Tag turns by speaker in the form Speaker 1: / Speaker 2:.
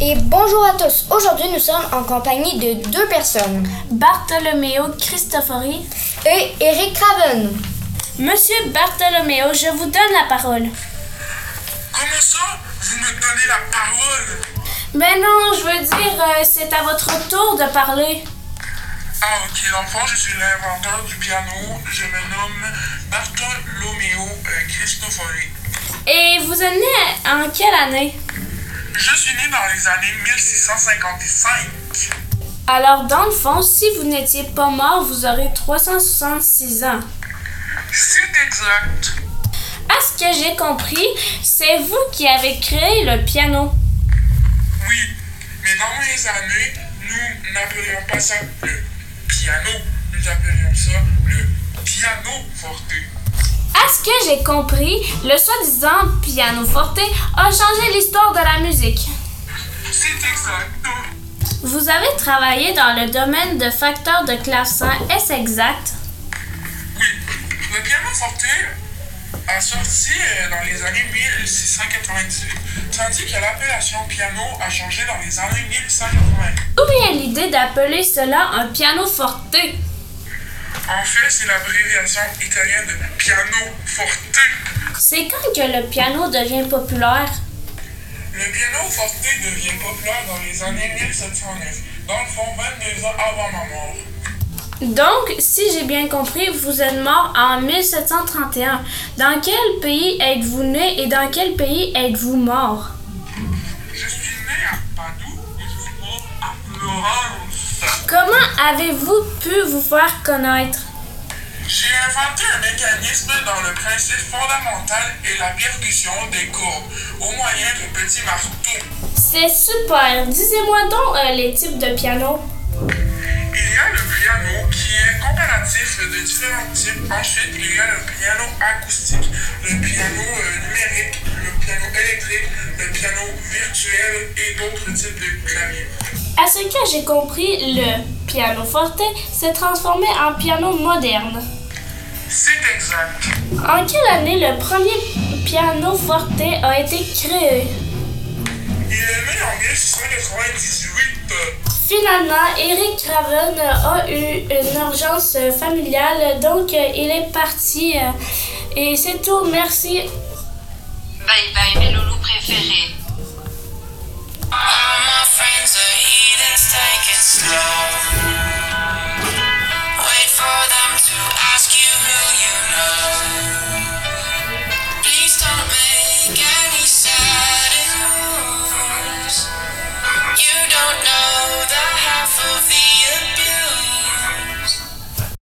Speaker 1: Et bonjour à tous. Aujourd'hui, nous sommes en compagnie de deux personnes
Speaker 2: Bartholoméo Cristofori.
Speaker 1: et Eric Craven.
Speaker 2: Monsieur Bartholoméo, je vous donne la parole.
Speaker 3: Comment ça Vous me donnez la parole
Speaker 2: Mais Ben non, je veux dire, euh, c'est à votre tour de parler.
Speaker 3: Ah ok, l'enfant, je suis l'inventeur du piano. Je me nomme Bartholoméo euh, Cristofori.
Speaker 2: Et vous êtes né en quelle année
Speaker 3: Je suis né dans les années 1655.
Speaker 2: Alors, dans le fond, si vous n'étiez pas mort, vous aurez 366 ans.
Speaker 3: C'est exact.
Speaker 2: À ce que j'ai compris, c'est vous qui avez créé le piano.
Speaker 3: Oui, mais dans les années, nous n'appelions pas ça le piano. Nous appelions ça le piano forte.
Speaker 2: À ce que j'ai compris, le soi-disant piano forte a changé l'histoire de la musique.
Speaker 3: C'est exact.
Speaker 2: Vous avez travaillé dans le domaine de facteurs de clavecin, est-ce exact?
Speaker 3: Oui, le piano forte a sorti euh, dans les années 1698, tandis que l'appellation piano a changé dans les années 1880.
Speaker 2: D'où vient l'idée d'appeler cela un piano forte?
Speaker 3: En fait, c'est l'abréviation italienne de piano forte.
Speaker 2: C'est quand que le piano devient populaire?
Speaker 3: Le piano forte devient populaire dans les années 1709, dans le fond 22 ans avant ma mort.
Speaker 2: Donc, si j'ai bien compris, vous êtes mort en 1731. Dans quel pays êtes-vous né et dans quel pays êtes-vous mort?
Speaker 3: Je suis né à Padoue et je suis mort à Florence.
Speaker 2: Comment avez-vous pu vous faire connaître?
Speaker 3: J'ai inventé un mécanisme dans le principe fondamental et la percussion des courbes au moyen de petits marteaux.
Speaker 2: C'est super! Disez-moi donc euh, les types de pianos.
Speaker 3: Il y a le piano qui est comparatif de différents types. Ensuite, il y a le piano acoustique, le piano euh, numérique, le piano électrique, le piano virtuel et d'autres types de claviers.
Speaker 2: À ce que j'ai compris, le piano forte s'est transformé en piano moderne.
Speaker 3: C'est exact.
Speaker 2: En quelle année le premier piano forte a été créé?
Speaker 3: Il est né en 1698.
Speaker 2: Finalement, Eric Craven a eu une urgence euh, familiale, donc euh, il est parti. euh, Et c'est tout, merci.
Speaker 4: Bye bye mes loulous préférés.
Speaker 3: All my friends are heathens, take it slow.